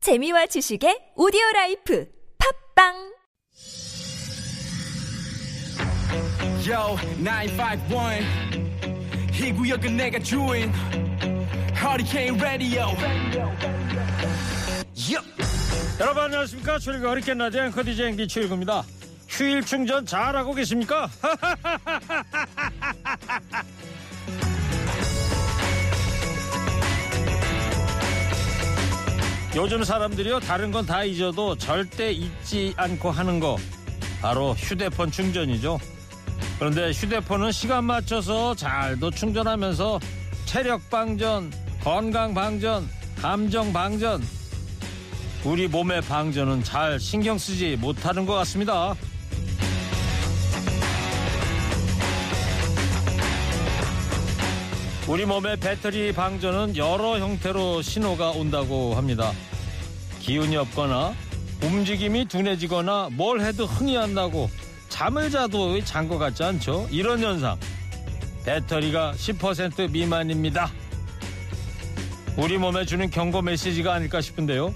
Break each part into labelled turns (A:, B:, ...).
A: 재미와 지식의 오디오 라이프 팝빵
B: Yo, 951. 희구역은 내가 주인. Hurricane Radio. Yup.
C: 여러분 안녕하십니까 출구 허리케인 라디오 앵커 DJ 앵디 출구입니다 휴일 충전 잘하고 계십니까? 요즘 사람들이요 다른 건 다 잊어도 절대 잊지 않고 하는 거 바로 휴대폰 충전이죠 그런데 휴대폰은 시간 맞춰서 잘도 충전하면서 체력 방전, 건강 방전, 감정 방전 우리 몸의 방전은 잘 신경 쓰지 못하는 것 같습니다. 우리 몸의 배터리 방전은 여러 형태로 신호가 온다고 합니다. 기운이 없거나 움직임이 둔해지거나 뭘 해도 흥이 안 나고 잠을 자도 잔것 같지 않죠? 이런 현상. 배터리가 10% 미만입니다. 우리 몸에 주는 경고 메시지가 아닐까 싶은데요.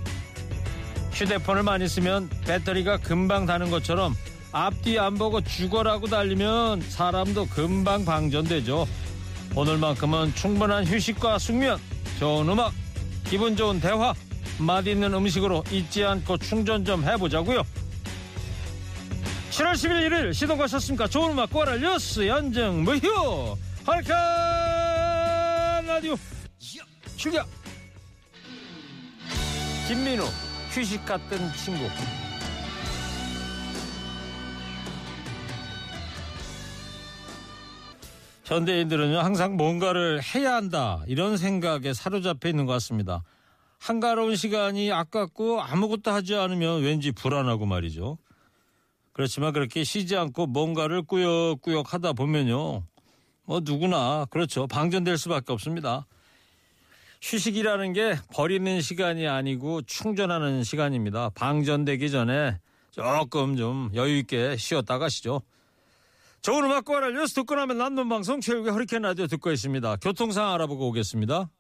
C: 휴대폰을 많이 쓰면 배터리가 금방 다는 것처럼 앞뒤 안 보고 죽어라고 달리면 사람도 금방 방전되죠. 오늘만큼은 충분한 휴식과 숙면, 좋은 음악, 기분 좋은 대화, 맛있는 음식으로 잊지 않고 충전 좀 해보자고요. 7월 11일 일요일 시동 거셨습니까? 좋은 음악 꼬랄 뉴스 연정 무휴 하리칸 라디오 출격 김민우 휴식 같은 친구 현대인들은요 항상 뭔가를 해야 한다 이런 생각에 사로잡혀 있는 것 같습니다 한가로운 시간이 아깝고 아무것도 하지 않으면 왠지 불안하고 말이죠 그렇지만 그렇게 쉬지 않고 뭔가를 꾸역꾸역 하다 보면요 뭐 누구나 그렇죠 방전될 수밖에 없습니다 휴식이라는 게 버리는 시간이 아니고 충전하는 시간입니다. 방전되기 전에 조금 좀 여유 있게 쉬었다 가시죠. 좋은 음악과 알할 뉴스 듣고 나면 남는 방송 최욱의 허리케인 라디오 듣고 있습니다. 교통 상황 알아보고 오겠습니다.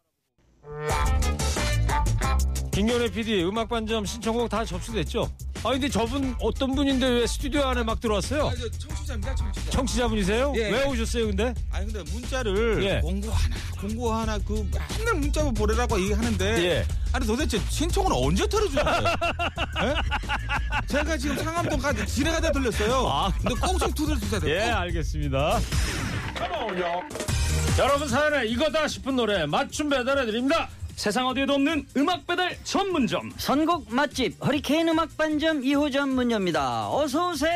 C: 김경래 PD 음악 반점 신청곡 다 접수됐죠? 아 근데 저분 어떤 분인데 왜 스튜디오 안에 막 들어왔어요?
D: 아, 저 청취자입니다, 청취자.
C: 청취자분이세요?
D: 예.
C: 왜 오셨어요 근데?
D: 아니 근데 문자를
C: 예.
D: 공고 하나, 공고 하나 그 맨날 문자로 보내라고 얘기하는데
C: 예.
D: 아니 도대체 신청은 언제 털어주는 거예요? 예? 제가 지금 상암동까지 지뢰가다 들렸어요.
C: 아.
D: 근데 꼭좀 두드려주셔야 돼요.
C: 예, 알겠습니다. 여러분 사연에 이거다 싶은 노래 맞춤 배달해 드립니다.
E: 세상 어디에도 없는 음악 배달 전문점
F: 선곡 맛집 허리케인 음악 반점 2호 전문입니다. 어서 오세요.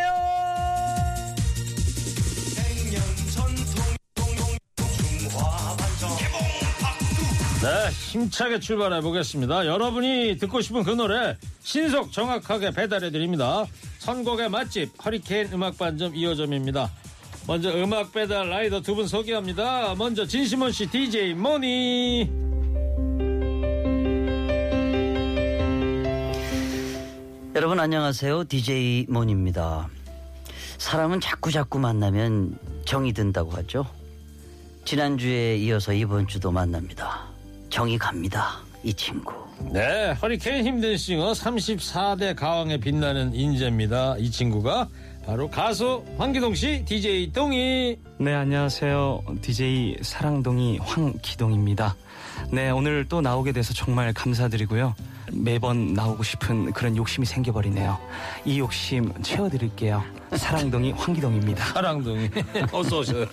C: 네, 힘차게 출발해 보겠습니다. 여러분이 듣고 싶은 그 노래 신속 정확하게 배달해 드립니다. 선곡의 맛집 허리케인 음악 반점 2호점입니다. 먼저 음악 배달 라이더 두 분 소개합니다. 먼저 진시몬 씨 DJ 모니.
F: 여러분 안녕하세요. DJ 몬입니다. 사람은 자꾸자꾸 만나면 정이 든다고 하죠. 지난주에 이어서 이번 주도 만납니다. 정이 갑니다. 이 친구.
C: 네, 허리케인 힘든 싱어 34대 가왕에 빛나는 인재입니다. 이 친구가 바로 가수 황기동 씨, DJ 동희.
G: 네, 안녕하세요. DJ 사랑동이 황기동입니다. 네, 오늘 또 나오게 돼서 정말 감사드리고요. 매번 나오고 싶은 그런 욕심이 생겨버리네요. 이 욕심 채워드릴게요. 사랑동이 황기동입니다.
C: 사랑동이 어서 오세요.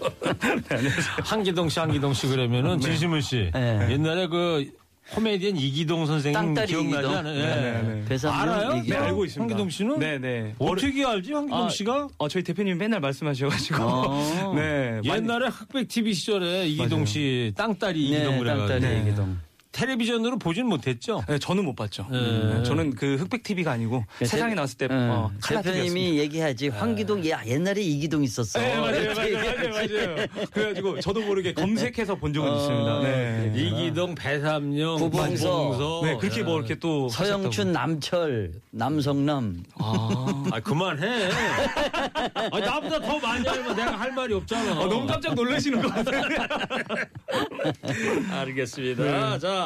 G: 네,
C: 한기동 씨, 한기동 씨 그러면은 진심은 씨
F: 네.
C: 옛날에 그 코미디언 이기동 선생님
F: 땅따리
C: 기억나지
F: 이기동.
C: 않아요? 예.
G: 네, 네.
F: 배상용
C: 알아요? 네,
F: 이기동.
C: 알고 있습니다. 황기동 씨는
G: 네, 네.
C: 어떻게 알지? 황기동
G: 아,
C: 씨가
G: 어, 저희 대표님 맨날 말씀하셔가지고.
F: 어.
G: 네. 많이-
C: 옛날에 흑백 TV 시절에 이기동
G: 맞아요.
C: 씨 땅따리 이기동
F: 네,
C: 그래가지고
F: 땅따리
G: 네.
F: 이기동.
C: 텔레비전으로 보진 못했죠.
G: 네, 저는 못 봤죠.
C: 네.
G: 네, 저는 그 흑백 TV가 아니고 세상에 나왔을 때 어, 칼라 TV였습니다.
F: 대표님이 네. 얘기하지 황기동 야 옛날에 이기동 있었어.
G: 네, 맞아요, 맞아요, 맞아요, 맞아요. 그래가지고 저도 모르게 검색해서 본 적은 있습니다. 네.
C: 이기동, 배삼룡,
F: 구봉서.
C: 구봉서.
G: 네, 그렇게
C: 예.
G: 뭐 이렇게 또뭐
F: 서영춘 남철 남성남
G: 하셨다고.
C: 아 그만해. 아 나보다 더 많이 알면 내가 할 말이 없잖아.
G: 아, 너무 깜짝 놀라시는 것 같아요.
C: 네. 알겠습니다. 자,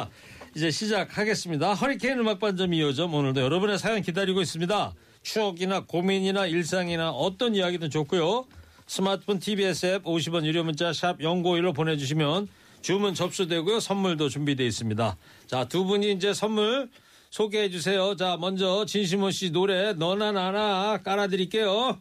C: 이제 시작하겠습니다. 허리케인 음악 반점 2호점 오늘도 여러분의 사연 기다리고 있습니다. 추억이나 고민이나 일상이나 어떤 이야기든 좋고요. 스마트폰 TBS 앱 50원 유료 문자 샵 0951로 보내주시면 주문 접수되고요. 선물도 준비되어 있습니다. 자, 두 분이 이제 선물 소개해 주세요. 자, 먼저 진심원 씨 노래 너나 나나 깔아드릴게요.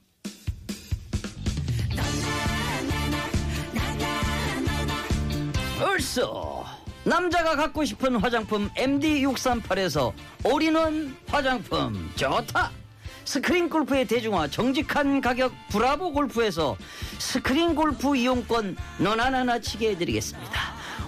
F: 얼쏘 남자가 갖고 싶은 화장품 MD638에서 올인원 화장품 좋다 스크린 골프의 대중화 정직한 가격 브라보 골프에서 스크린 골프 이용권 너나나나 치게 해드리겠습니다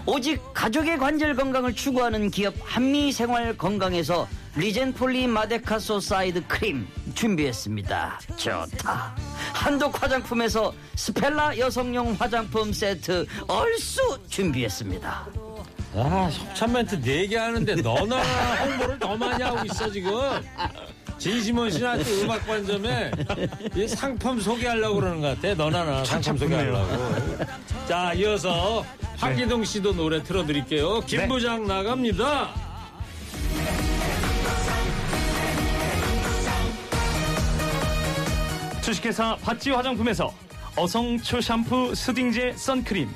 F: 오직 가족의 관절 건강을 추구하는 기업 한미생활 건강에서 리젠폴리 마데카소 사이드 크림 준비했습니다 좋다 한독 화장품에서 스펠라 여성용 화장품 세트 얼쑤 준비했습니다.
C: 아, 협찬 멘트 4개 하는데 너나 홍보를 더 많이 하고 있어, 지금. 진심원 씨한테 음악 관점에 이 상품 소개하려고 그러는 것 같아. 너나 나 상품 소개하려고. 자, 이어서 황기동 씨도 노래 틀어드릴게요. 김부장 나갑니다.
E: 주식회사 바찌 화장품에서 어성초 샴푸 수딩젤 선크림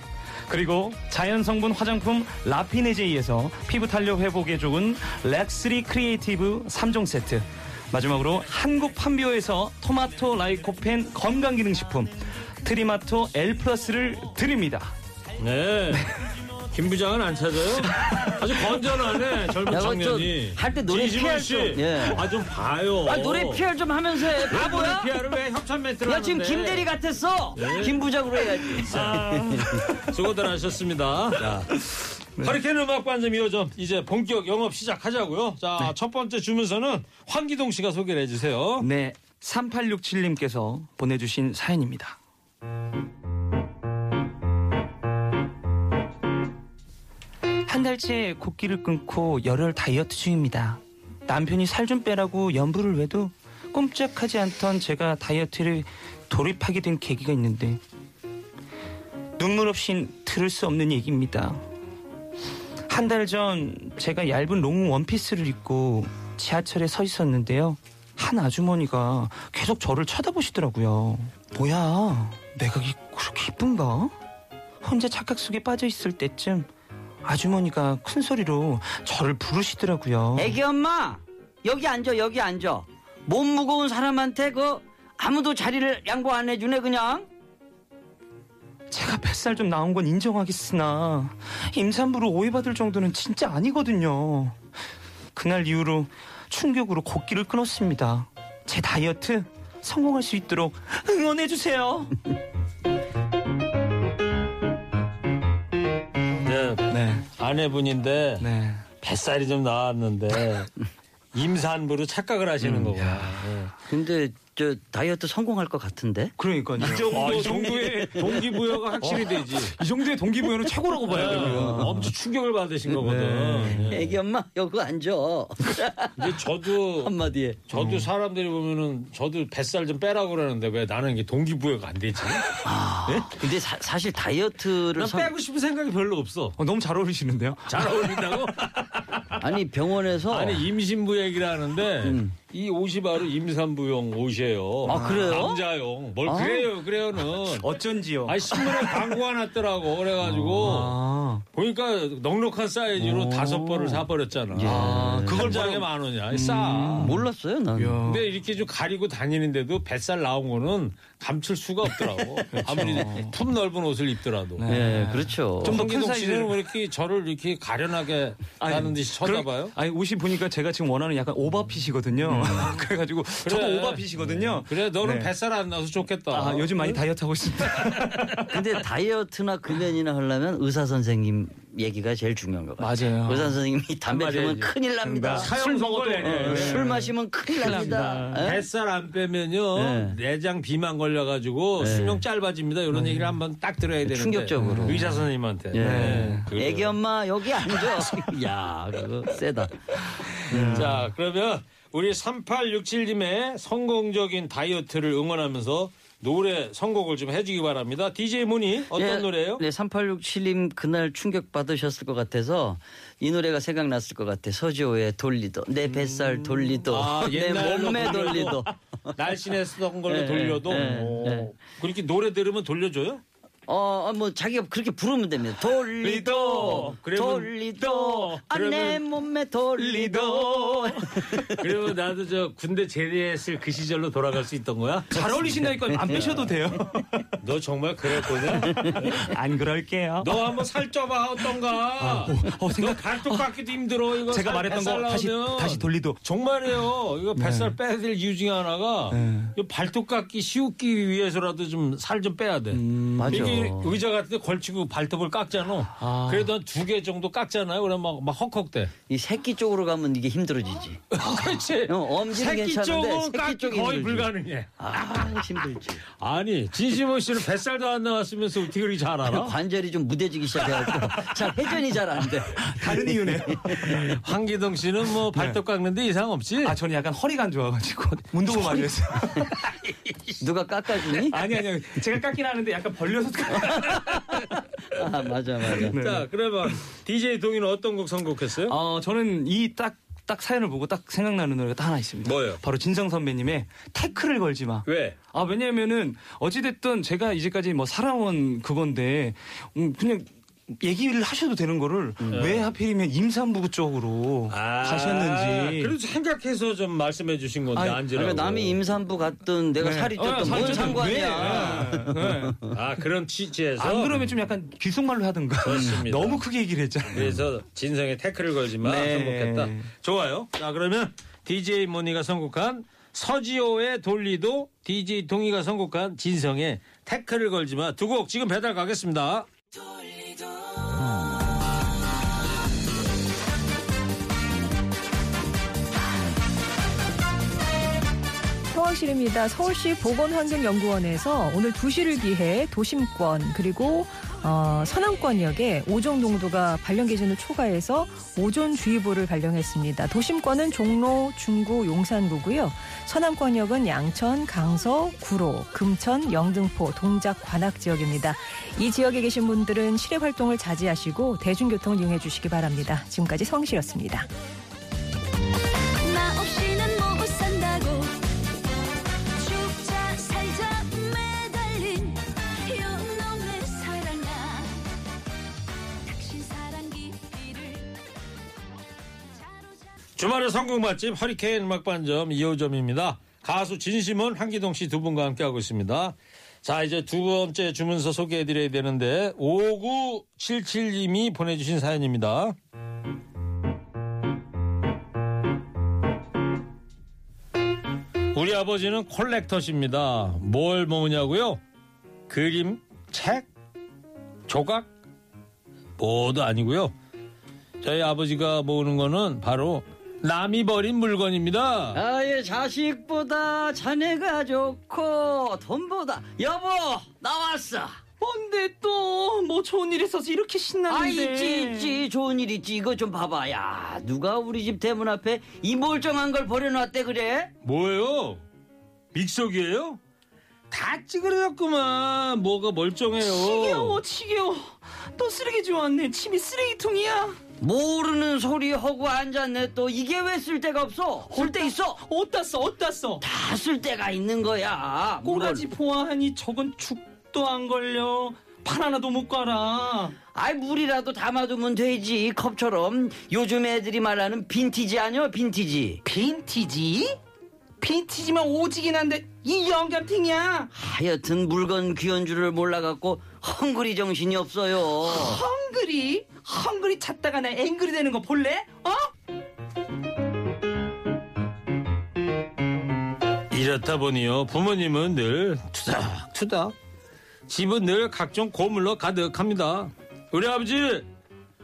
E: 그리고 자연성분 화장품 라피네제이에서 피부 탄력 회복에 좋은 렉스리 크리에이티브 3종 세트 마지막으로 한국 판비오에서 토마토 라이코펜 건강기능식품 트리마토 L 플러스를 드립니다
C: 네. 김부장은 안 찾아요? 아주 건전하네, 젊은
F: 야, 그거
C: 청년이.
F: 좀 할때 노래
C: 진심원
F: PR
C: 씨.
F: 좀, 예.
C: 아, 좀 봐요.
F: 아, 노래 PR 좀 하면서 해.
C: 아, 노래
F: 바보야?
C: PR을 왜 협찬 멘트를
F: 야, 지금
C: 하는데. 네.
F: 김대리 같았어. 김부장으로 해야지.
C: 수고들 하셨습니다. 자, 네. 허리케인 음악 반점 2호점 이제 본격 영업 시작하자고요. 자, 첫 번째 주문서는 황기동 씨가 소개를 해주세요.
G: 네, 3867님께서 보내주신 사연입니다. 한 달째 곡기를 끊고 열혈 다이어트 중입니다. 남편이 살 좀 빼라고 염불을 외도 꼼짝하지 않던 제가 다이어트를 돌입하게 된 계기가 있는데 눈물 없인 들을 수 없는 얘기입니다. 한 달 전 제가 얇은 롱 원피스를 입고 지하철에 서 있었는데요. 한 아주머니가 계속 저를 쳐다보시더라고요. 뭐야, 내가 이- 그렇게 이쁜가? 혼자 착각 속에 빠져 있을 때쯤 아주머니가 큰 소리로 저를 부르시더라고요.
F: 애기 엄마, 여기 앉아, 여기 앉아. 몸 무거운 사람한테 그 아무도 자리를 양보 안 해주네, 그냥.
G: 제가 뱃살 좀 나온 건 인정하겠으나 임산부로 오해받을 정도는 진짜 아니거든요. 그날 이후로 충격으로 곡기를 끊었습니다. 제 다이어트 성공할 수 있도록 응원해 주세요.
C: 네,
G: 네,
C: 아내분인데
G: 네.
C: 뱃살이 좀 나왔는데 임산부로 착각을 하시는 거구나. 네.
F: 근데 저 다이어트 성공할 것 같은데?
G: 그러니까요.
C: 아, 이 정도의 동기부여가 확실히 되지.
D: 이 정도의 동기부여는 최고라고 봐야
G: 아.
C: 네,
D: 되고요.
C: 엄청 충격을 받으신 거거든. 네.
F: 애기 엄마, 여기 앉아.
C: 근데 저도
F: 한마디에.
C: 저도 사람들이 보면은 저도 뱃살 좀 빼라고 그러는데 왜 나는 이게 동기부여가 안 되지?
F: 근데 사, 실 다이어트를
C: 난
F: 성-
C: 빼고 싶은 생각이 별로 없어.
D: 어, 너무 잘 어울리시는데요.
C: 잘 어울린다고?
F: 아니 병원에서
C: 아니 임신부 얘기를 하는데 이 옷이 바로 임산부용 옷이에요.
F: 아, 그래요?
C: 남자용. 뭘
F: 아.
C: 그래요? 그래요는.
G: 어쩐지요.
C: 아니 신문에 광고가 났더라고 그래가지고
G: 아,
C: 보니까 넉넉한 사이즈로 다섯 벌을 사버렸잖아.
F: 아,
C: 그걸 장에 만 원이야. 싸.
F: 몰랐어요, 난.
C: 근데 이렇게 좀 가리고 다니는데도 뱃살 나온 거는 감출 수가 없더라고. 아무리 품 넓은 옷을 입더라도.
F: 예, 그렇죠.
C: 네. 좀더큰
G: 황기동
C: 사이즈는
G: 씨는
C: 왜 이렇게 저를 이렇게 가련하게 하는 듯이 쳐다봐요?
G: 아니 옷이 보니까 제가 지금 원하는 약간 오버핏이거든요. 그래가지고 저도 오버핏이거든요.
C: 음, 그래 너는
G: 네.
C: 뱃살 안 나서 좋겠다.
G: 아, 요즘 많이 다이어트 하고 있습니다.
F: 근데 다이어트나 금연이나 하려면 의사 선생님 얘기가 제일 중요한 것 같아요.
G: 맞아요.
F: 의사 선생님이 담배
C: 한 마디
F: 피우면
C: 해야지.
F: 큰일 납니다.
C: 술 먹어도 예.
F: 어, 술 마시면 큰일 납니다. 예?
C: 뱃살 안 빼면요
F: 네.
C: 내장 비만 걸려가지고 수명 짧아집니다. 이런 얘기를 한번 딱 들어야 되는데 음.
F: 충격적으로.
C: 의사 선생님한테. 네.
F: 예.
C: 그래요.
F: 애기 엄마 여기 앉아. 야, 그거 세다.
C: 그렇죠. 음. 자 그러면 우리 3867님의 성공적인 다이어트를 응원하면서 노래 선곡을 좀 해주기 바랍니다. DJ 문이 어떤
F: 예,
C: 노래예요?
F: 네, 3867님 그날 충격 받으셨을 것 같아서 이 노래가 생각났을 것 같아. 서지호의 돌리도. 내 뱃살 돌리도.
C: 아,
F: 내
C: 옛날로
F: 몸매 돌리도.
C: 돌려도. 날씬에 쓰던 걸로
F: 네,
C: 돌려도
F: 네,
C: 오.
F: 네.
C: 그렇게 노래 들으면 돌려줘요?
F: 어, 어, 뭐 자기가 그렇게 부르면 됩니다. 돌리도.
C: 그러면-
F: 돌리도. 아, 내
C: 그러면-
F: 몸매 돌리도.
C: 그러면 나도 저 군대 제대했을 그 시절로 돌아갈 수 있던 거야?
E: 잘 어울리신다니까 안 빼셔도 돼요.
C: 너 정말 그럴 거냐?
E: 안 그럴게요.
C: 너 한번 살쪄봐 어떤가? 너 갈뚝 받기도 힘들어 이거.
E: 제가
C: 살-
E: 말했던
C: 뱃살
E: 거 다시
C: 나오면.
E: 다시 돌리도.
C: 정말이에요. 이거 뱃살 빼야 될 이유 중에 하나가 이 발톱 깎기 쉬우기 위해서라도 좀 살 좀 빼야 돼.
F: 음, 맞아.
C: 이게 의자 같은 데 걸치고 발톱을 깎잖아. 그래도 한 두 개 정도 깎잖아요. 그럼 막, 막 헉헉대.
F: 이 새끼 쪽으로 가면 이게 힘들어지지.
C: 그렇지.
F: 어, 엄지는
C: 새끼
F: 괜찮은데
C: 쪽은
F: 새끼
C: 깎기
F: 쪽이
C: 거의
F: 힘들지.
C: 불가능해.
F: 아, 힘들지.
C: 아니 진심호 씨는 뱃살도 안 나왔으면서 어떻게 그렇게 잘 알아?
F: 관절이 좀 무뎌지기 시작해갖고 잘 회전이 잘 안 돼.
E: 다른 이유네요.
C: 황기동 씨는 뭐 발톱 깎는데 이상 없지?
E: 네. 아 저는 약간 허리가 안 좋아가지고 운동을 많이 했어요.
F: 누가 깎아주니?
E: 아니 아니 제가 깎긴 네, 하는데 약간 벌려서
F: 아, 맞아, 맞아.
C: 자 그러면 DJ 동이는 어떤 곡 선곡했어요?
G: 어, 저는 이 딱 딱 사연을 보고 딱 생각나는 노래가 딱 하나 있습니다.
C: 뭐예요?
G: 바로 진성 선배님의 태클을 걸지 마.
C: 왜?
G: 아 왜냐면은 어찌됐든 제가 이제까지 뭐 살아온 그건데 음, 그냥 얘기를 하셔도 되는 거를
E: 음.
G: 왜 하필이면 임산부 쪽으로
E: 아,
G: 아. 가셨는지
C: 그래도 생각해서 좀 말씀해 주신 건데
G: 아니,
C: 안지라고.
F: 그러니까 남이 임산부 갔든 내가 살이 쪘든 뭔
G: 어.
F: 상관이야.
C: 아 그런 취지에서
G: 네.
E: 아.
G: 안 그러면 좀 약간 귀속말로 하든가
C: 그렇습니다.
G: 너무 크게 얘기를 했잖아요.
C: 그래서 진성의 태클을 걸지만
G: 네.
C: 선곡했다. 좋아요. 자 그러면 DJ 모니가 선곡한 서지호의 돌리도 DJ 동희가 선곡한 진성의 태클을 걸지만 두 곡 지금 배달 가겠습니다.
H: 상황실입니다. 서울시 보건환경연구원에서 오늘 2시를 기해 도심권 그리고 어, 서남권역에 오존 농도가 발령 기준을 초과해서 오존주의보를 발령했습니다. 도심권은 종로, 중구, 용산구고요. 서남권역은 양천, 강서, 구로, 금천, 영등포, 동작, 관악 지역입니다. 이 지역에 계신 분들은 실외 활동을 자제하시고 대중교통을 이용해 주시기 바랍니다. 지금까지 성실였습니다.
I: 나 없이는 못 산다고 죽자 살자 매달린 요놈의 사랑아 당신 사랑 깊이를 자로잡
C: 주말의 성공 맛집 허리케인 음악반점 2호점입니다. 가수 진심은 한기동 씨 두 분과 함께하고 있습니다. 자, 이제 두 번째 주문서 소개해드려야 되는데 5977님이 보내주신 사연입니다. 우리 아버지는 콜렉터십니다. 뭘 모으냐고요? 그림, 책, 조각 모두 아니고요. 저희 아버지가 모으는 거는 바로 남이 버린 물건입니다.
F: 나의 아, 자식보다 자네가 좋고 돈보다 여보 나왔어.
G: 뭔데 또 뭐 좋은 일 있어서 이렇게 신나는데?
F: 아 있지 있지 좋은 일 있지 이거 좀 봐봐 야 누가 우리 집 대문 앞에 이 멀쩡한 걸 버려놨대 그래?
C: 뭐예요? 믹서기예요? 다 찌그러졌구만. 뭐가 멀쩡해요.
G: 지겨워 지겨워 또 쓰레기 주웠네 집이 쓰레기통이야
F: 모르는 소리 하고 앉았네 또 이게 왜 쓸 데가 없어? 쓸 데 있어?
G: 어디다 써 어디다 써
F: 다 쓸 데가 있는 거야.
G: 꼬가지
F: 물건.
G: 보아하니 저건 죽도 안 걸려 팔 하나도 못 갈아
F: 아이 물이라도 담아두면 되지 컵처럼 요즘 애들이 말하는 빈티지 아니야 빈티지
G: 빈티지? 빈티지만 오지긴 한데 이 영감탱이야
F: 하여튼 물건 귀한 줄을 몰라갖고 헝그리 정신이 없어요
G: 헝그리 헝그리 찾다가 나 앵그리 되는 거 볼래? 어?
C: 이렇다 보니요. 부모님은 늘 투닥투닥. 집은 늘 각종 고물로 가득합니다. 우리 아버지!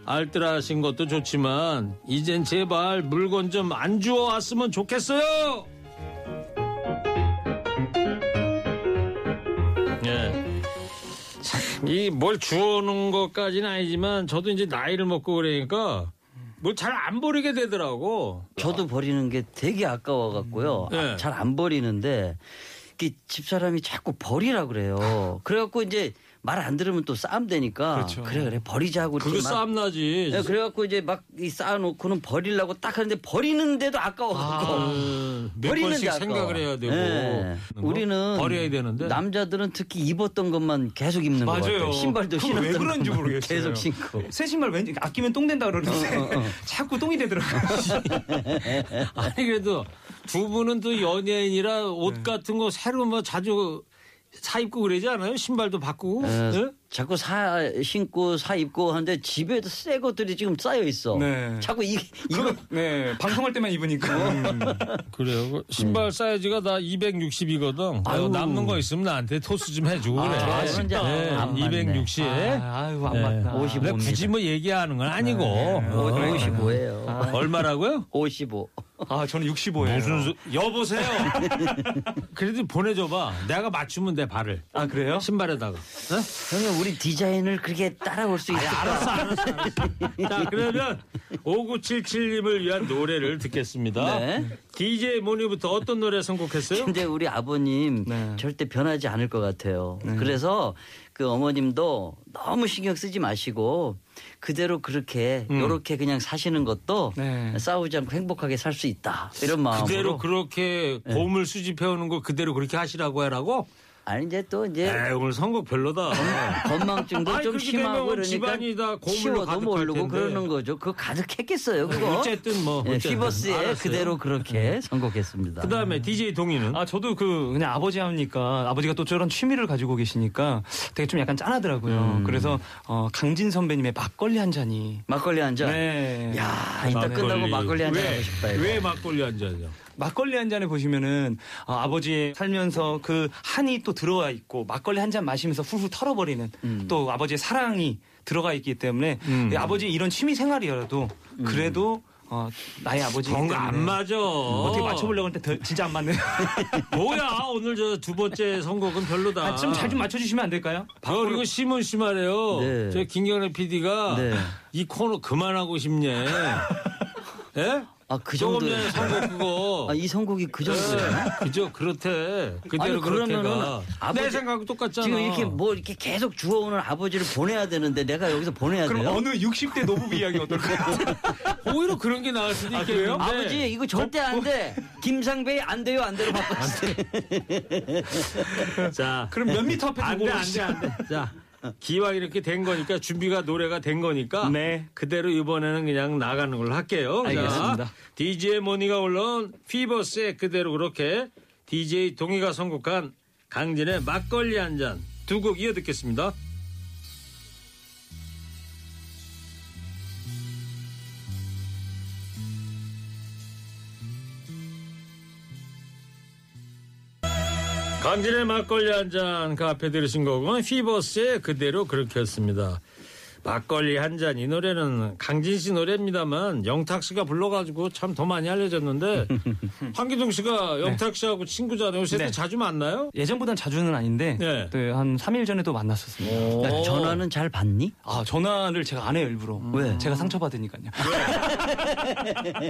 C: 알뜰하신 것도 좋지만 이젠 제발 물건 좀 안 주워 왔으면 좋겠어요. 예. 이 뭘 주워오는 것까지는 아니지만 저도 이제 나이를 먹고 그러니까 뭘 잘 안 버리게 되더라고.
F: 저도 버리는 게 되게 아까워갖고요
C: 네.
F: 잘 안 버리는데 그 집사람이 자꾸 버리라 그래요. 그래갖고 이제 말 안 들으면 또 싸움 되니까
D: 그렇죠.
F: 그래 그래 버리자고 이렇게
C: 그거
F: 막-
C: 싸움 나지. 네,
F: 예, 그래갖고 이제 막 이 쌓아놓고는 버리려고 딱 하는데 버리는데도 아까워갖고
C: 아, 몇
F: 그 버리는데
C: 번씩
F: 아까워.
C: 생각을 해야 되고
F: 예.
C: 뭐
F: 우리는
C: 버려야 되는데
F: 남자들은 특히 입었던 것만 계속 입는 것
E: 맞아요.
F: 같아요. 신발도
E: 그건 왜
F: 신었던
E: 그런지
F: 것만
E: 모르겠어요.
F: 계속 신고.
C: 네.
F: 어,
E: 새 신발 왠지 아끼면 똥 된다 그러는데 자꾸 똥이 되더라고요.
C: 아니 그래도 두 분은 또 연예인이라
F: 네.
C: 옷 같은 거 새로 뭐 자주 사 입고 그러지 않아요? 신발도 바꾸고.
F: 예,
C: 예?
F: 자꾸 사 신고 사 입고 하는데 집에도 새 것들이 지금 쌓여 있어.
E: 네.
F: 자꾸 이 이거 어.
E: 네, 방송할 때만 입으니까.
G: 음.
C: 그래요. 그
F: 음.
C: 신발 사이즈가 나 260이거든.
F: 아유.
C: 남는 거 있으면 나한테 토스 좀 해주고 그래.
F: 아, 그건 이제 안 맞네.
C: 260.
F: 예?
C: 에
G: 아, 아유
F: 네.
G: 안 맞다.
F: 오십.
C: 근데
F: 55입니다.
C: 굳이 뭐 얘기하는 건 아니고.
F: 네.
C: 어.
F: 55예요.
C: 아. 얼마라고요?
F: 55.
E: 아, 저는 65예요.
C: 무슨 수... 여보세요. 그래도 보내줘봐. 내가 맞추면 돼 발을
E: 아, 그래요?
C: 신발에다가. 어?
F: 형님 우리 디자인을 그렇게 따라올 수 있을까?
C: 자, 그러면 5977님을 위한 노래를 듣겠습니다.
F: 네.
C: DJ 모니부터 어떤 노래 선곡했어요? 네.
F: 근데 우리 아버님 절대 변하지 않을 것 같아요. 그래서 그 어머님도 너무 신경 쓰지 마시고 그대로 그렇게
C: 음.
F: 요렇게 그냥 사시는 것도 싸우지 않고 행복하게 살 수 있다. 이런 마음으로.
C: 네.
F: 네.
C: 그대로 그렇게 곰을 수집해오는 거 그대로 그렇게 하시라고 해라고?
F: 아니 이제 또 이제
C: 에이, 오늘 선곡 별로다.
F: 건망증도
C: 네. 아니,
F: 좀
C: 그렇게 되면
F: 심하고 그러니까
C: 집안이 다 고물로
F: 치워도
C: 가득할
F: 모르고
C: 텐데.
F: 그러는 거죠. 그거 가득했겠어요. 그거.
C: 어쨌든 뭐.
F: 예,
C: 어쨌든.
F: 휘버스에
C: 알았어요. 네.
F: 그대로 그렇게 선곡했습니다.
C: 그 다음에 DJ 동이는?
G: 아 저도 그 그냥 아버지 하니까 아버지가 또 저런 취미를 가지고 계시니까 되게 좀 약간 짠하더라고요.
F: 음.
G: 그래서 어, 강진 선배님의 막걸리 한 잔이
F: 막걸리 한 잔.
G: 네.
F: 야, 이따 끝나고 막걸리 한 잔
C: 아, 네. 왜?
F: 하고 싶다. 이거. 네.
C: 왜 막걸리 한 잔이요?
G: 막걸리 한 잔에 보시면은 어, 아버지 살면서 그 한이 또 들어와 있고 막걸리 한 잔 마시면서 훌훌 털어버리는
C: 음.
G: 또 아버지의 사랑이 들어가 있기 때문에 이 아버지 이런 취미 생활이라도 그래도 어, 나의 아버지
C: 뭔가 음. 안 맞아.
G: 어떻게 맞춰보려고 했는데 더- 진짜 안 맞네요.
C: 뭐야, 오늘 저 두 번째 선곡은 별로다.
G: 아, 좀잘 좀 맞춰주시면 안 될까요?
C: 아, 그리고 심은 심하래요.
F: 네.
C: 저 김경래 PD가
F: 네.
C: 이 코너 그만하고 싶네. 예?
F: 아, 그
C: 조금
F: 정도예요?
C: 전에 선곡 그거.
F: 아, 이 선곡이 그 정도예요?
C: 예, 그죠 그렇대.
F: 아니,
C: 그대로
F: 그러면은
C: 그렇게가.
F: 아버지-
C: 내 생각하고 똑같잖아.
F: 지금 이렇게 뭐 이렇게 계속 주워오는 아버지를 보내야 되는데 내가 여기서 보내야
E: 그럼
C: 아,
F: 돼요?
E: 어느 60대 노부부 이야기 어떨까요?
C: 오히려 그런 게 나을 수도
F: 네.
C: 있겠는데.
F: 아버지 이거 절대 안 돼. 김상배 안 돼요 안 돼요 바꿨어요.
C: 자,
E: 그럼 몇 미터 앞에
C: 안
E: 두고
C: 돼, 안 돼,
E: 오시죠?
C: 안 돼. 자, 기왕 이렇게 된 거니까 준비가 노래가 된 거니까
G: 네.
C: 그대로 이번에는 그냥 나가는 걸로 할게요.
F: 알겠습니다.
C: 자, DJ 모니가 올라온 피버스에 그대로 그렇게 DJ 동희가 선곡한 강진의 막걸리 한 잔 두 곡 이어 듣겠습니다. 강진의 막걸리 한 잔 그 앞에 들으신 곡은 휘버스의 그대로 그렇게였습니다. 막걸리 한 잔 이 노래는 강진 씨 노래입니다만 영탁 씨가 불러가지고 참 더 많이 알려졌는데 한기동 씨가 영탁 씨하고 친구잖아요. 세대
G: 네.
C: 자주 만나요?
G: 예전보단 자주는 아닌데
C: 네.
G: 네, 한 3일 전에 또 만났었습니다.
F: 야, 그러니까 전화는 잘 받니?
G: 아 전화를 제가 안 해요 일부러.
C: 음.
F: 왜?
G: 제가 상처받으니까요.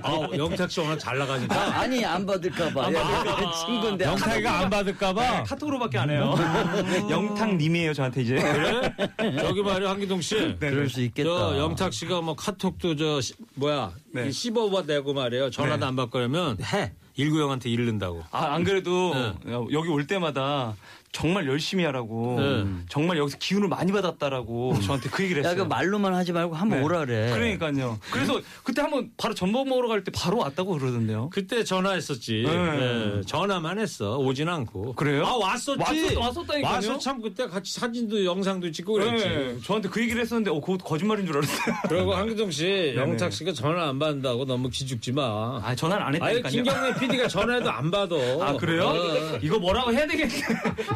C: 아, 영탁 씨 오늘 잘 나가니까.
F: 아니 안 받을까봐. 그 아, 친구인데. 안
C: 영탁이가 안 받을까봐.
G: 카톡으로밖에 안 해요. 네, 영탁님이에요 저한테 이제.
F: 네.
C: 그래? 네? 저기 말이야 한기동 씨.
G: 네.
F: 그럴 수 있겠다.
C: 저 영탁 씨가 뭐 카톡도 저 시- 뭐야
F: 네.
C: 이 씹어봐 대고 말이에요. 전화도 안 받거려면 해 일구형한테 이른다고.
G: 아 안 그래도
F: 네.
G: 여기 올 때마다 정말 열심히 하라고
C: 네.
G: 정말 여기서 기운을 많이 받았다라고 저한테 그 얘기를
F: 야, 그
G: 했어요.
F: 말로만 하지 말고 한번
G: 네.
F: 오라 그래.
G: 그러니까요. 그래서 그때 한번 바로 전복 먹으러 갈 때 바로 왔다고 그러던데요.
C: 그때 전화했었지.
G: 네.
C: 예, 전화만 했어. 오진 않고.
G: 그래요?
C: 아 왔었지.
G: 왔었- 왔었다니까요.
C: 와서 참 그때 같이 사진도 영상도 찍고 그랬지.
G: 네, 저한테 그 얘기를 했었는데 어, 그거 거짓말인 줄 알았어요.
C: 그리고 한기동 씨 영탁 씨가 전화 안 받는다고 너무 기죽지 마.
G: 네. 아 전화를 안
C: 아예
G: 했다니까요.
C: 김경래 PD가 전화해도 안 받아. 어.
G: 아 그래요? 이거 뭐라고 해야 되겠네.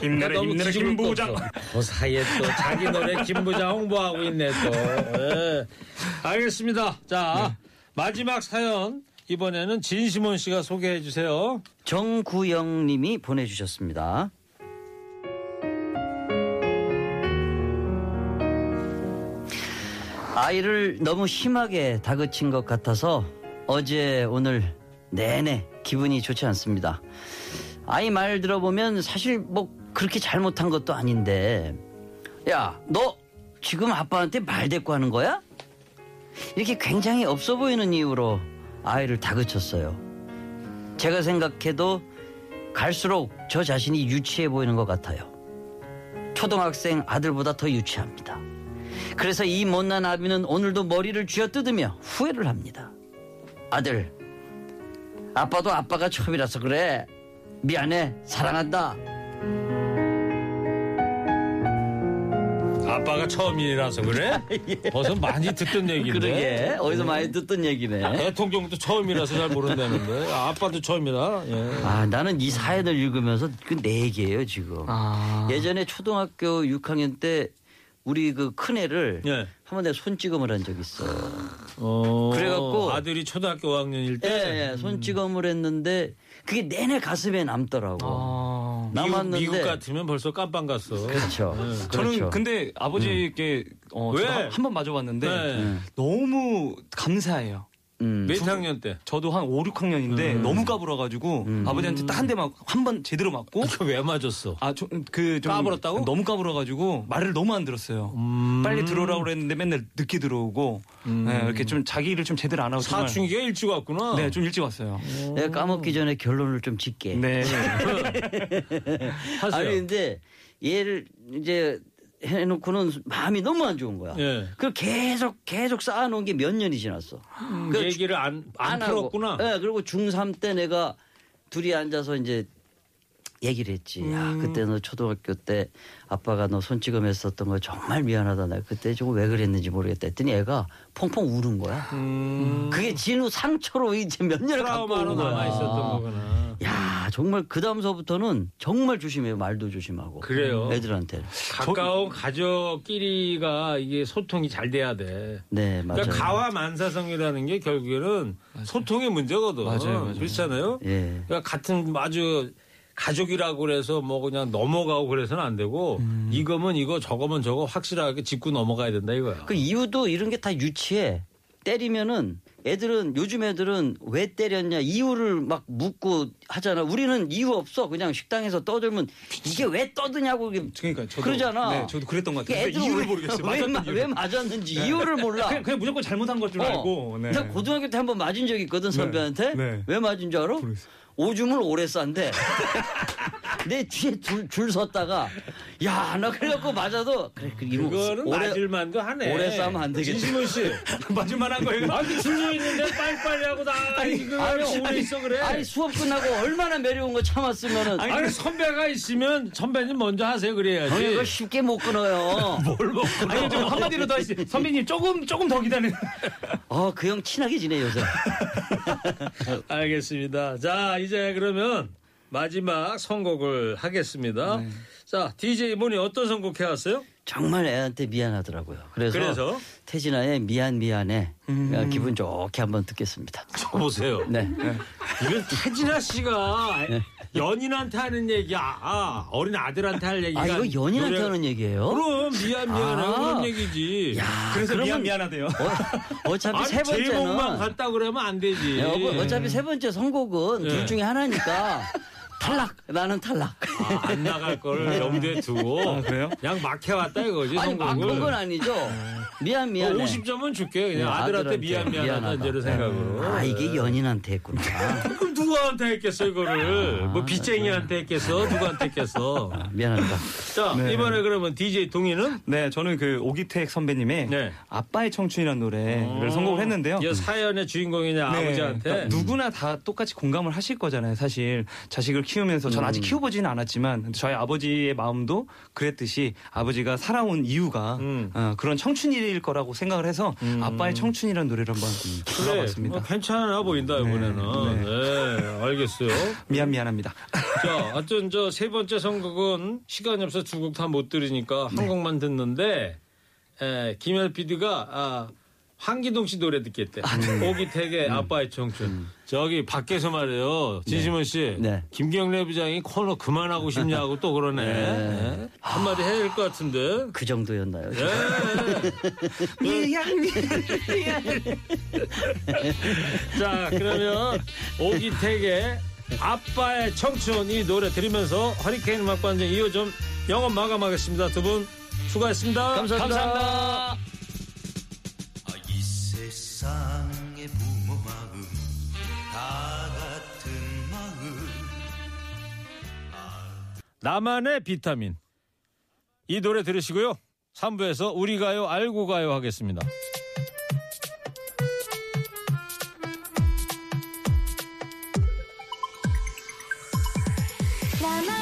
C: 내가 너무 기죽을 거 없어. 그 사이에 또 자기 노래 김부장 홍보하고 있네 또. 예. 알겠습니다. 자
G: 네.
C: 마지막 사연 이번에는 진시몬 씨가 소개해 주세요.
F: 정구영 님이 보내주셨습니다. 아이를 너무 심하게 다그친 것 같아서 어제 오늘 내내 기분이 좋지 않습니다. 아이 말 들어보면 사실 뭐 그렇게 잘못한 것도 아닌데 야 너 지금 아빠한테 말 대꾸하는 거야? 이렇게 굉장히 없어 보이는 이유로 아이를 다그쳤어요. 제가 생각해도 갈수록 저 자신이 유치해 보이는 것 같아요. 초등학생 아들보다 더 유치합니다. 그래서 이 못난 아비는 오늘도 머리를 쥐어뜯으며 후회를 합니다. 아들, 아빠도 아빠가 처음이라서 그래. 미안해, 사랑한다.
C: 아빠가 처음이라서 그래? 어서 많이 듣던 얘기인데.
F: 예.
C: 네.
F: 그러게 어디서 많이 듣던 얘기네.
C: 대통령도 처음이라서 잘 모른다는데 아빠도 처음이라. 예.
F: 아 나는 이 사연을 읽으면서 그 네 개예요 지금.
G: 아,
F: 예전에 초등학교 6학년 때 우리 그큰 애를
C: 예.
F: 한번 내가 손찌검을 한 적이 있어.
C: 어,
F: 그래갖고-
C: 아들이 초등학교 5학년일 때
F: 예, 예, 손찌검을 했는데 그게 내내 가슴에 남더라고.
G: 아.
C: 미국,
F: 남았는데
C: 미국 예, 같으면 벌써 깜빵 갔어.
F: 그렇죠.
G: 저는
F: 그렇죠. 음.
G: 근데 아버지께 어,
C: 왜?
G: 한번 맞아봤는데
C: 네.
G: 너무 감사해요.
F: 음.
C: 몇 학년 때?
G: 저도 한 5, 6학년인데 너무 까불어가지고 아버지한테 딱 한 대 막 한 번 제대로 맞고
C: 그거 왜 맞았어?
G: 아그좀
C: 까불었다고?
G: 너무 까불어가지고 말을 너무 안 들었어요. 빨리 들어오라고 그랬는데 맨날 늦게 들어오고 네, 이렇게 좀 자기 일을 좀 제대로 안 하고 정말-
C: 사춘기가 일찍 왔구나.
G: 네, 좀 일찍 왔어요.
F: 내가 까먹기 전에 결론을 좀 짓게.
G: 네.
C: 하세요.
F: 아니 근데 얘를 이제 해놓고는 마음이 너무 안 좋은 거야.
C: 예.
F: 그리고 계속 계속 쌓아놓은 게 몇 년이 지났어. 그
C: 음, 얘기를 안, 안,
F: 하고.
C: 풀었구나.
F: 예, 그리고 중3 때 내가 둘이 앉아서 이제 얘기를 했지. 야,
C: 음.
F: 그때 너 초등학교 때 아빠가 너 손찌검 했었던 거 정말 미안하다. 나 그때 조금 왜 그랬는지 모르겠다. 했더니 얘가 펑펑 우는 거야. 음. 그게 진우 상처로 이제 몇 년을 갖고
C: 음. 트라우마로
F: 오는 거야.
C: 남아 있었던 거구나.
F: 야, 정말 그 다음서부터는 정말 조심해요. 말도 조심하고.
C: 그래요.
F: 애들한테.
C: 가까운 가족끼리가 이게 소통이 잘 돼야 돼.
F: 네, 맞아요.
C: 그러니까 가와 만사성이라는 게 결국에는 소통의 문제거든.
G: 맞아요, 맞아요.
C: 그렇잖아요.
F: 예.
C: 그러니까 같은 아주 가족이라고 그래서 뭐 그냥 넘어가고 그래서는 안 되고 이거면 이거 저거면 저거 확실하게 짚고 넘어가야 된다 이거야.
F: 그 이유도 이런 게 다 유치해. 때리면은 애들은 요즘 애들은 왜 때렸냐 이유를 막 묻고 하잖아. 우리는 이유 없어. 그냥 식당에서 떠들면 이게 왜 떠드냐고 이게
G: 그러니까 저도
F: 그러잖아.
G: 네, 저도 그랬던 것 같아요.
F: 이게
G: 근데
F: 애들은
G: 이유를
F: 왜-
G: 모르겠어요.
F: 왜,
G: 맞았던
F: 마-
G: 이유를. 네.
F: 왜 맞았는지 이유를 몰라.
G: 그냥, 그냥 무조건 잘못한 것 줄
F: 어.
G: 알고. 네.
F: 나 고등학교 때 한 번 맞은 적 있거든 선배한테.
G: 네.
F: 왜 맞은 줄 알아?
G: 모르겠어요.
F: 오줌을 오래 싼데. 내 뒤에 줄, 줄 섰다가 야 나 그래갖고 맞아도 그래 그 이거
C: 그거는 맞을만도 하네.
F: 오래 싸면 안 되겠다.
C: 진심은 씨.
G: 맞을만한 거예요.
C: 아니 진심인데 빨리빨리 하고 나 아니 그거
F: 아니,
C: 오래 있어 그래.
F: 아니 수업 끝나고 얼마나 매려운 거 참았으면은
C: 아니, 선배가 있으면 선배님 먼저 하세요 그래야지.
F: 아니 이걸 쉽게 못 끊어요.
G: 아니 좀 한마디로 더 하시. 선배님 조금 조금 더 기다려.
F: 어, 그 형 친하게 지내 요새.
C: 알겠습니다. 자, 이제 그러면 마지막 선곡을 하겠습니다.
F: 네.
C: 자, DJ 분이 어떤 선곡 해왔어요?
F: 정말 애한테 미안하더라고요. 그래서,
C: 그래서? 음.
F: 태진아의 미안 미안해 어, 기분 좋게 한번 듣겠습니다.
C: 보세요.
F: 네.
C: 이건 태진아 씨가 연인한테 하는 얘기야. 아, 어린 아들한테 할 얘기가.
F: 아 이거 연인한테
C: 노래-
F: 하는 얘기예요?
C: 그럼 미안 미안해
F: 아.
C: 그런 얘기지.
F: 야,
G: 그래서
F: 그러면
G: 미안 미안하대요.
F: 어, 차피
C: 아니,
F: 세
C: 제목만
F: 번째는
C: 같다 그러면 안 되지.
F: 네, 어, 어차피 세 번째 선곡은
C: 예.
F: 둘 중에 하나니까 탈락. 나는 탈락.
C: 아, 안 나갈 걸 염두에 두고
G: 아, 그래요?
C: 그냥 막 해왔다 네. 이거지
F: 네. 아, 아니 막
C: 선곡을.
F: 그런 건 아니죠. 미안 미안해.
C: 어, 50점은 줄게 그냥
F: 네,
C: 아들한테,
F: 아들한테
C: 미안 미안하다
F: 미안하다.
C: 이제로 생각으로. 네.
F: 아 이게 연인한테 했구나.
C: 그럼 누구한테 했겠어 이거를? 뭐 빚쟁이한테 했겠어? 누구한테 했겠어?
F: 미안합니다.
C: 자
G: 네.
C: 이번에 그러면 DJ 동희는
G: 네, 저는 그 오기택 선배님의
C: 네.
G: 아빠의 청춘이라는 노래를 선곡을 했는데요.
C: 이 사연의 주인공이냐
G: 네,
C: 아버지한테
G: 그러니까 누구나 다 똑같이 공감을 하실 거잖아요. 사실 자식을 키우면서 전
C: 음.
G: 아직 키워보지는 않았지만 근데 저희 아버지의 마음도 그랬듯이 아버지가 살아온 이유가
C: 음.
G: 어, 그런 청춘일 거라고 생각을 해서 아빠의 청춘이라는 노래를 한번 불러봤습니다.
C: 어, 괜찮아 보인다 이번에는. 네, 알겠어요.
G: 미안 미안합니다.
C: 자, 하여튼 저 세 번째 선곡은 시간이 없어 두 곡 다 못 들으니까
F: 네.
C: 한 곡만 듣는데 에, 김현 PD가 아, 한기동 씨 노래 듣겠대.
F: 아, 네. 음.
C: 오기택의 아빠의 청춘. 저기 밖에서 말해요. 진심원 씨.
F: 네.
C: 김경래 부장이 코너 그만하고 싶냐고 또 그러네. 네. 한마디 해야 될 것 같은데.
F: 그 정도였나요?
C: 예. 자, 그러면 오기택의 아빠의 청춘 이 노래 들으면서 허리케인 음악관전 2호점 영업 마감하겠습니다. 두 분 수고하셨습니다.
F: 감사합니다.
C: 감사합니다.
J: 아, 이 세상의 부모 마음 다 같은 마음
C: 나만의 비타민. 이 노래 들으시고요. 3부에서 우리 가요 알고 가요 하겠습니다.
I: 나만